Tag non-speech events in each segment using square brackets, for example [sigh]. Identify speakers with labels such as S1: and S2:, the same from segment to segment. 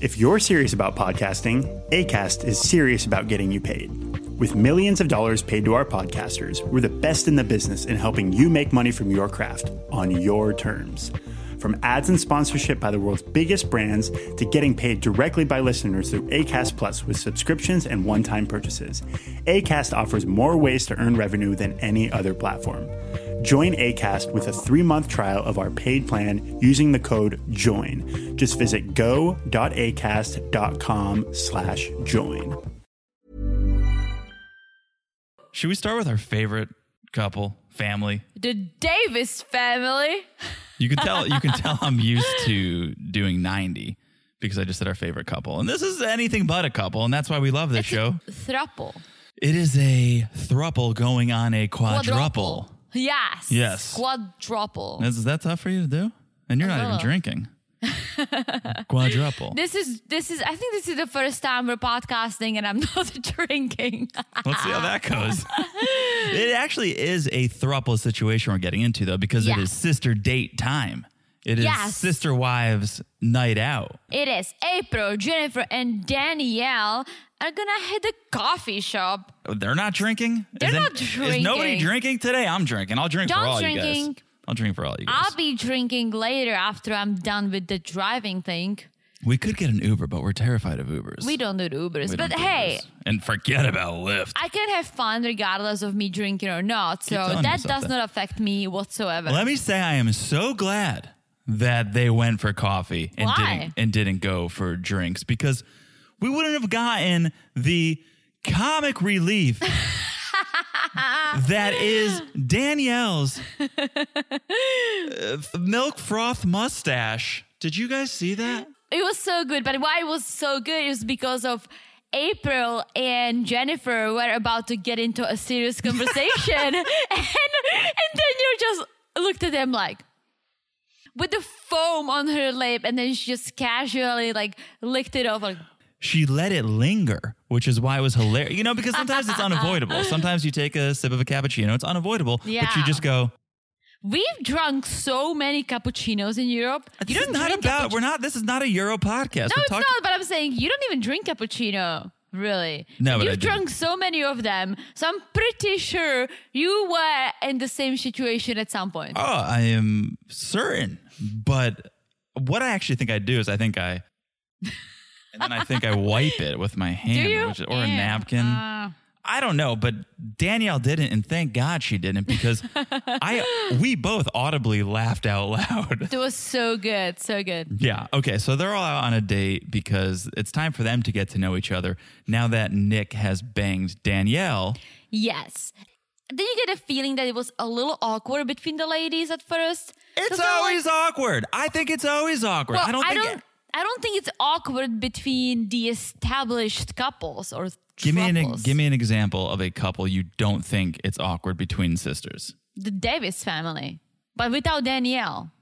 S1: If you're serious about podcasting, ACAST is serious about getting you paid. With millions of dollars paid to our podcasters, we're the best in the business in helping you make money from your craft on your terms. From ads and sponsorship by the world's biggest brands to getting paid directly by listeners through ACAST Plus with subscriptions and one time purchases, ACAST offers more ways to earn revenue than any other platform. Join ACAST with a three month trial of our paid plan using the code JOIN. Just visit go.acast.com slash join.
S2: Should we start with our favorite couple, family?
S3: The Davis family.
S2: You can tell you can tell I'm used to doing 90 because I just said our favorite couple. And this is anything but a couple, and that's why we
S3: [laughs]
S2: love this show.
S3: Thruple.
S2: It is a thruple going on a quadruple.
S3: Yes.
S2: Yes.
S3: Quadruple.
S2: Is that tough for you to do? And you're not even
S3: little. [laughs]
S2: drinking. quadruple.
S3: This is this is I think this is the first time we're podcasting and I'm [laughs] not drinking. [laughs]
S2: Let's see how that goes. it actually is a thruple situation we're getting into though, because it
S3: Yeah.
S2: is sister date time. It is
S3: Yes.
S2: sister wives night out.
S3: it is April, Jennifer, and Danielle are gonna hit the coffee shop.
S2: They're not drinking.
S3: They're
S2: Is
S3: not
S2: Is nobody
S3: drinking.
S2: drinking today? I'm drinking. I'll drink for
S3: Don't
S2: all you guys.
S3: drinking.
S2: I'll drink for all you guys.
S3: I'll be drinking later after I'm done with the driving thing.
S2: we could get an Uber, but we're terrified of Ubers.
S3: We don't need Ubers,
S2: We don't
S3: but
S2: do
S3: hey,
S2: Ubers. and forget about Lyft.
S3: I can have fun regardless of me drinking or not. So
S2: telling
S3: that
S2: yourself
S3: does
S2: that.
S3: not affect me whatsoever.
S2: Let me say, I am so glad that they went for coffee and
S3: Why?
S2: didn't and didn't go for drinks because we wouldn't have gotten the comic relief that is Danielle's uh, f- milk froth mustache. Did you guys see that?
S3: it was so good. But why it was so good is because of April and Jennifer were about to get into a serious
S2: [laughs]
S3: conversation, and and then you just looked at them like with the foam on her lip, and then she just casually like licked it off. Like,
S2: she let it linger, which is why it was hilarious. You know, because sometimes it's unavoidable. Sometimes you take a sip of a cappuccino, it's unavoidable, but you
S3: Yeah.
S2: just go,
S3: We've drunk so many cappuccinos in Europe.
S2: this is not
S3: drink
S2: about,
S3: cappucci-
S2: we're not, this is not a Euro podcast.
S3: No,
S2: we're
S3: it's not. But I'm saying you don't even drink cappuccino, really.
S2: No, but I
S3: you've
S2: do.
S3: drunk so many of them, so I'm pretty sure you were in the same situation at some point.
S2: Oh, I am certain. But what I actually think I do is I think I, and then I think I wipe it with
S3: [laughs]
S2: my
S3: you?
S2: hand which, or a
S3: Yeah. Uh.
S2: napkin. I don't know, but Danielle didn't, and thank God she didn't
S3: [laughs]
S2: because I we both audibly laughed out loud.
S3: It was so good, so good.
S2: [laughs] Yeah. Okay. So they're all out on a date because it's time for them to get to know each other now that Nick has banged Danielle.
S3: Yes. Then you get a feeling that it was a little awkward between the ladies at first.
S2: It's
S3: 'Cause they're
S2: always
S3: like-
S2: awkward. I think it's always awkward.
S3: Well,
S2: I don't think.
S3: I don't think it's awkward between the established couples or
S2: give me an
S3: throuples.
S2: give me an example of a couple you don't think it's awkward between sisters.
S3: the Davis family, but without Danielle.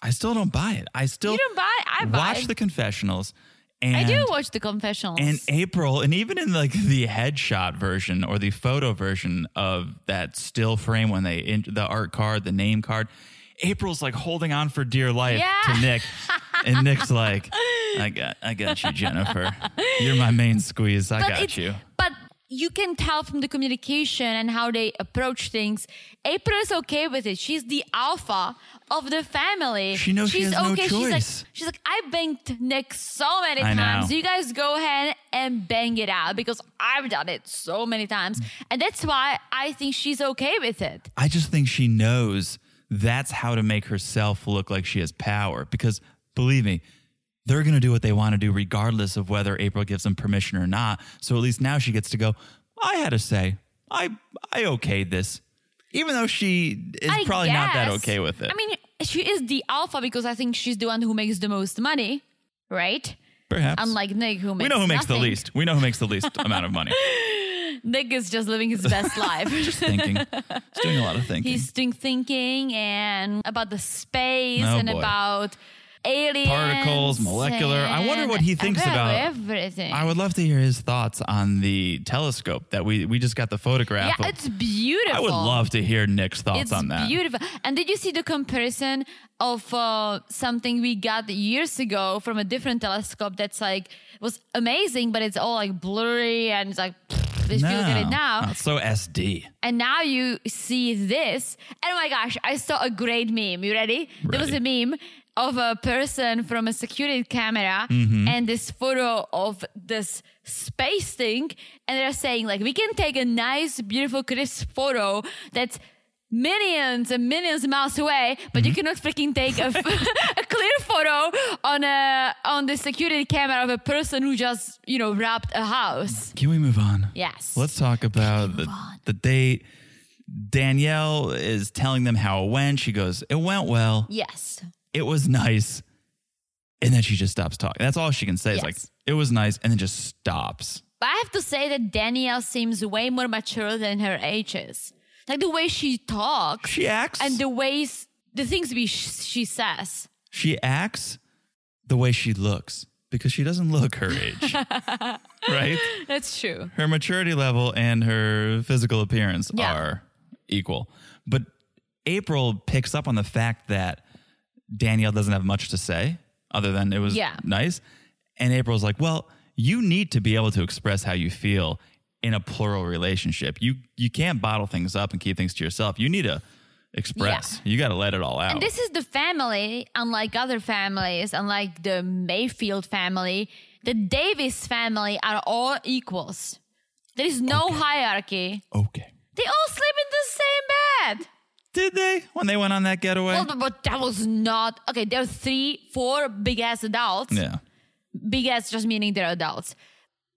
S2: I still don't buy it. I still
S3: You don't buy it? I buy
S2: watch
S3: it.
S2: the confessionals. And
S3: I do watch the confessionals.
S2: And April, and even in like the headshot version or the photo version of that still frame when they in the art card, the name card, April's like holding on for dear life
S3: Yeah.
S2: to Nick, and Nick's
S3: [laughs]
S2: like, "I got, I got you, Jennifer. You're my main squeeze. I got
S3: it's-
S2: you."
S3: But you can tell from the communication and how they approach things. April is okay with it. She's the alpha of the family.
S2: She knows she
S3: she's
S2: has no
S3: okay. She's like,
S2: choice.
S3: she's like, I banked Nick so many
S2: I know.
S3: times. You guys go ahead and bang it out because I've done it so many times. And that's why I think she's okay with it.
S2: I just think she knows that's how to make herself look like she has power because believe me, they're going to do what they want to do regardless of whether April gives them permission or not. So at least now she gets to go, I had a say. I I okayed this. Even though she is
S3: I
S2: probably not that
S3: guess.
S2: okay with it.
S3: I mean, she is the alpha because I think she's the one who makes the most money, right?
S2: perhaps.
S3: Unlike Nick, who makes
S2: we know who makes the
S3: nothing.
S2: least. We know who makes the
S3: [laughs]
S2: least amount of money.
S3: Nick is just living his
S2: [laughs]
S3: best life.
S2: Just thinking. He's doing a lot of thinking.
S3: He's doing thinking and about the space
S2: Oh,
S3: and
S2: boy.
S3: about aliens,
S2: Particles, molecular. I wonder what he
S3: and
S2: thinks about-
S3: everything.
S2: I would love to hear his thoughts on the telescope that we we just got the
S3: yeah,
S2: photograph of.
S3: it's beautiful.
S2: I would love to hear Nick's thoughts
S3: it's
S2: on that.
S3: beautiful. And did you see the comparison of uh, something we got years ago from a different telescope that's like was amazing, but it's all like blurry and it's like if you look at it
S2: No.
S3: now,
S2: Oh, it's so SD.
S3: and now you see this. Oh my gosh, I saw a great meme. You ready? There was a meme of a person from a security camera and this photo of this space thing. And they're saying, like, we can take a nice, beautiful, crisp photo that's millions and millions of miles away but you cannot freaking take a, [laughs] a clear photo on a on the security camera of a person who just you know robbed a house
S2: Can we move on?
S3: yes
S2: Let's talk about the, the date. Danielle is telling them how it went. She goes, It went well.
S3: yes
S2: It was nice. And then she just stops talking. That's all she can say is like,
S3: Yes.
S2: It was nice. And then just stops.
S3: But I have to say that Danielle seems way more mature than her age is. Like the way she talks
S2: She acts.
S3: and the ways, the things we sh- she says.
S2: she acts the way she looks because she doesn't look her
S3: [laughs]
S2: age. right?
S3: That's true.
S2: her maturity level and her physical appearance
S3: Yeah.
S2: are equal. But April picks up on the fact that Danielle doesn't have much to say other than it was
S3: Yeah.
S2: nice. And April's like, "Well, you need to be able to express how you feel in a plural relationship. You you can't bottle things up and keep things to yourself. You need to express. You got to let it all out."
S3: And this is the family, unlike other families, unlike the Mayfield family, the Davis family are all equals. There is no hierarchy.
S2: okay.
S3: They all sleep in the same bed.
S2: Did they when they went on that getaway?
S3: Well, but- but that was not okay. There are three, four big ass adults.
S2: yeah.
S3: big ass just meaning they're adults.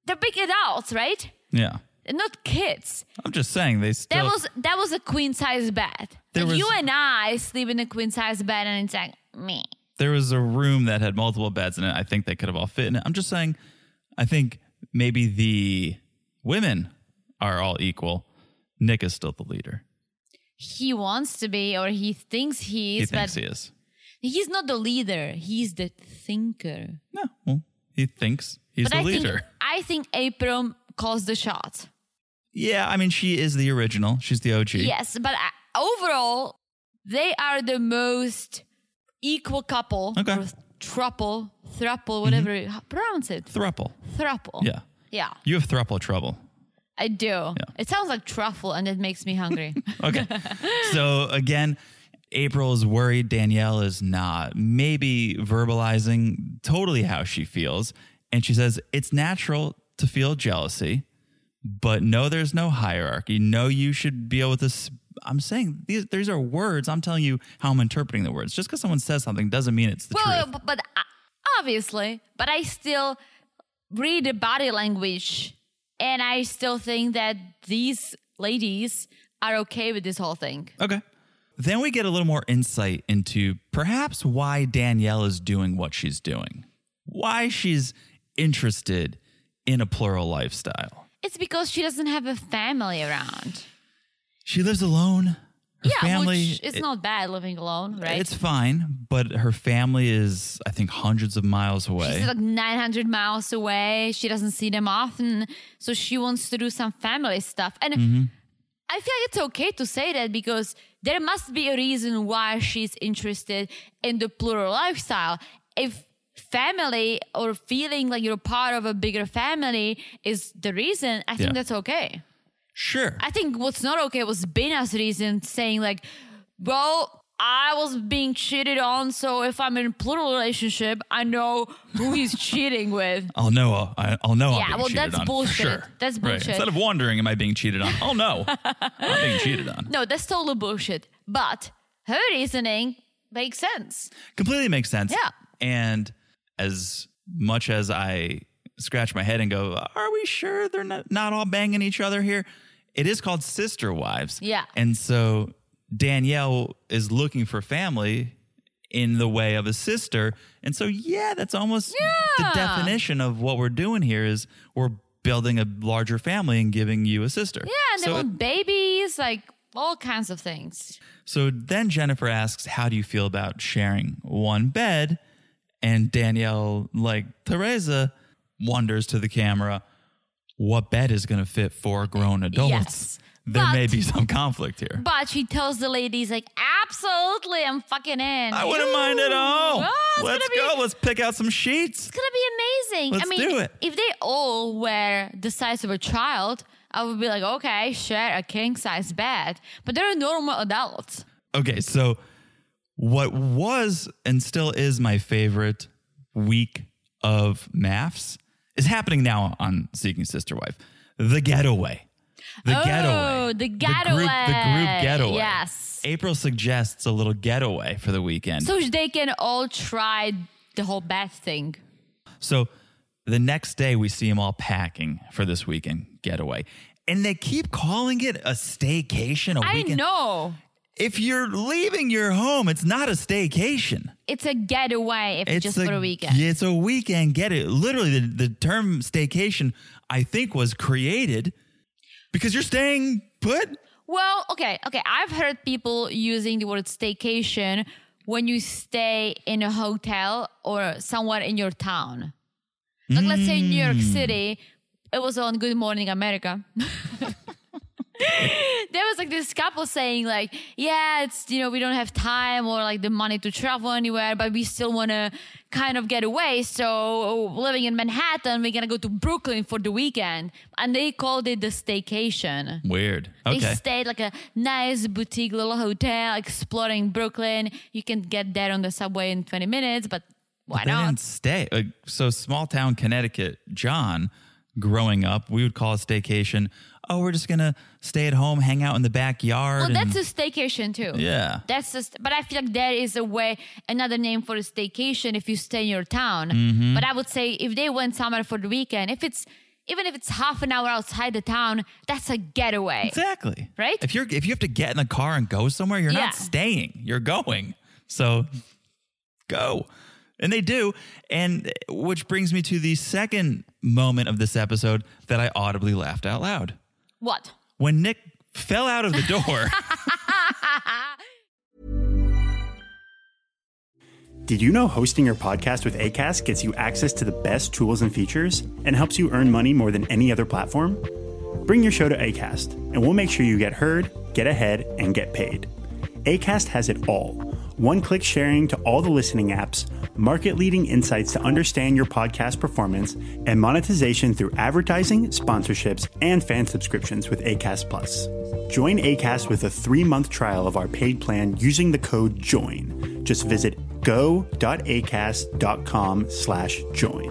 S3: They're big adults, right?
S2: Yeah.
S3: They're not kids.
S2: I'm just saying they
S3: That
S2: still
S3: was that was a queen size bed.
S2: There
S3: Like,
S2: was-
S3: you and I sleep in a queen size bed, and it's like me.
S2: there was a room that had multiple beds in it. I think they could have all fit in it. I'm just saying, I think maybe the women are all equal. Nick is still the leader.
S3: He wants to be, or he thinks he
S2: He
S3: is, but
S2: thinks he is.
S3: he's not the leader. He's the thinker.
S2: No, well, he thinks he's
S3: but
S2: the
S3: I
S2: leader.
S3: think I think April calls the shots.
S2: yeah, I mean, she is the original. She's the OG.
S3: Yes, but I, overall, they are the most equal couple.
S2: Okay.
S3: Or Thruple, thruple, whatever you how- pronounce it.
S2: Thruple.
S3: Thruple.
S2: Yeah.
S3: Yeah,
S2: You have thruple trouble.
S3: I do. It sounds like truffle and it makes me
S2: [laughs]
S3: hungry.
S2: Okay. so again, April is worried. Danielle is not. Maybe verbalizing totally how she feels. And she says, It's natural to feel jealousy, but no, there's no hierarchy. No, you should be able to. s I'm saying these, these are words. I'm telling you how I'm interpreting the words. Just because someone says something doesn't mean it's the
S3: well,
S2: truth.
S3: but, but I- obviously, but I still read the body language and I still think that these ladies are okay with this whole thing.
S2: Okay. Then we get a little more insight into perhaps why Danielle is doing what she's doing, why she's interested in a plural lifestyle.
S3: It's because she doesn't have a family around.
S2: She lives alone. Her
S3: yeah,
S2: family
S3: which it's
S2: it-
S3: not bad living alone, right?
S2: It's fine, but her family is, I think, hundreds of miles away.
S3: She's like 900 miles away. She doesn't see them often. So she wants to do some family stuff. And
S2: Mm-hmm.
S3: I feel like it's okay to say that because there must be a reason why she's interested in the plural lifestyle. If family or feeling like you're part of a bigger family is the reason, I think
S2: Yeah.
S3: that's okay.
S2: sure.
S3: I think what's not okay was Bina's reason saying like, well, I was being cheated on, so if I'm in a plural relationship, I know who
S2: [laughs]
S3: he's cheating with.
S2: I'll know. uh, I- I'll know.
S3: Yeah,
S2: I'm being
S3: well,
S2: cheated
S3: that's
S2: on, for
S3: bullshit.
S2: Sure.
S3: That's
S2: Right.
S3: bullshit.
S2: Instead of wondering, am I being cheated on? I'll know. I'm being cheated on.
S3: No, that's total bullshit. But her reasoning makes sense.
S2: Completely makes sense.
S3: Yeah.
S2: And as much as I scratch my head and go, "Are we sure they're not, not all banging each other here?" It is called sister wives.
S3: Yeah.
S2: And so Danielle is looking for family in the way of a sister. And so, yeah, that's almost the
S3: Yeah.
S2: definition of what we're doing here is we're building a larger family and giving you a sister.
S3: Yeah, and they
S2: so,
S3: want babies, like all kinds of things.
S2: so then Jennifer asks, how do you feel about sharing one bed? And Danielle, like Teresa, wonders to the camera, what bed is going to fit four grown adults?
S3: Yes.
S2: There may
S3: But-
S2: be some conflict here.
S3: But she tells the ladies, like, absolutely, I'm fucking in.
S2: I wouldn't mind at all. Let's
S3: gonna be,
S2: go. Let's pick out some sheets.
S3: It's gonna be amazing.
S2: Let's
S3: I mean,
S2: do it.
S3: if they all were the size of a child, I would be like, okay, share a king size bed. But they're normal adults.
S2: Okay, so what was and still is my favorite week of maths is happening now on Seeking Sister Wife. The getaway. The
S3: Oh,
S2: getaway.
S3: the
S2: The group, the
S3: getaway.
S2: group getaway.
S3: Yes.
S2: April suggests a little getaway for the weekend.
S3: So they can all try the whole bed thing.
S2: So the next day, we see them all packing for this weekend getaway. And they keep calling it a staycation, a
S3: I
S2: weekend.
S3: know.
S2: If you're leaving your home, it's not a staycation.
S3: It's a getaway if it's just for a weekend.
S2: yeah, It's a weekend. Get it? Literally, the, the term staycation, I think, was created because you're staying put.
S3: Well, okay, okay. I've heard people using the word staycation when you stay in a hotel or somewhere in your town. Like, let's say in New York City, it was on Good Morning America. [laughs] there was like this couple saying like, yeah, it's you know we don't have time or like the money to travel anywhere, but we still want to kind of get away. So living in Manhattan, we're gonna go to Brooklyn for the weekend, and they called it the staycation.
S2: Weird.
S3: They
S2: Okay.
S3: stayed like a nice boutique little hotel, exploring Brooklyn. You can get there on the subway in 20 minutes, but why
S2: They
S3: not?
S2: didn't stay. Like, so, small town Connecticut, John, growing up, we would call a staycation, oh, we're just going to stay at home, hang out in the backyard.
S3: Well,
S2: and-
S3: that's a staycation too.
S2: yeah.
S3: That's just, but I feel like there is a way, another name for a staycation if you stay in your town.
S2: Mm-hmm.
S3: But I would say if they went somewhere for the weekend, if it's, even if it's half an hour outside the town, that's a getaway.
S2: Exactly.
S3: Right?
S2: If you're if you have to get in the car and go somewhere, you're
S3: Yeah.
S2: not staying. You're going. So go. And they do. And which brings me to the second moment of this episode that I audibly laughed out loud.
S3: What?
S2: When Nick fell out of the
S3: [laughs]
S2: door.
S1: Did you know hosting your podcast with ACAST gets you access to the best tools and features and helps you earn money more than any other platform? Bring your show to ACAST and we'll make sure you get heard, get ahead, and get paid. ACAST has it all one click sharing to all the listening apps, market leading insights to understand your podcast performance, and monetization through advertising, sponsorships, and fan subscriptions with ACAST Plus. Join ACAST with a three month trial of our paid plan using the code JOIN. Just visit go.acast.com slash join.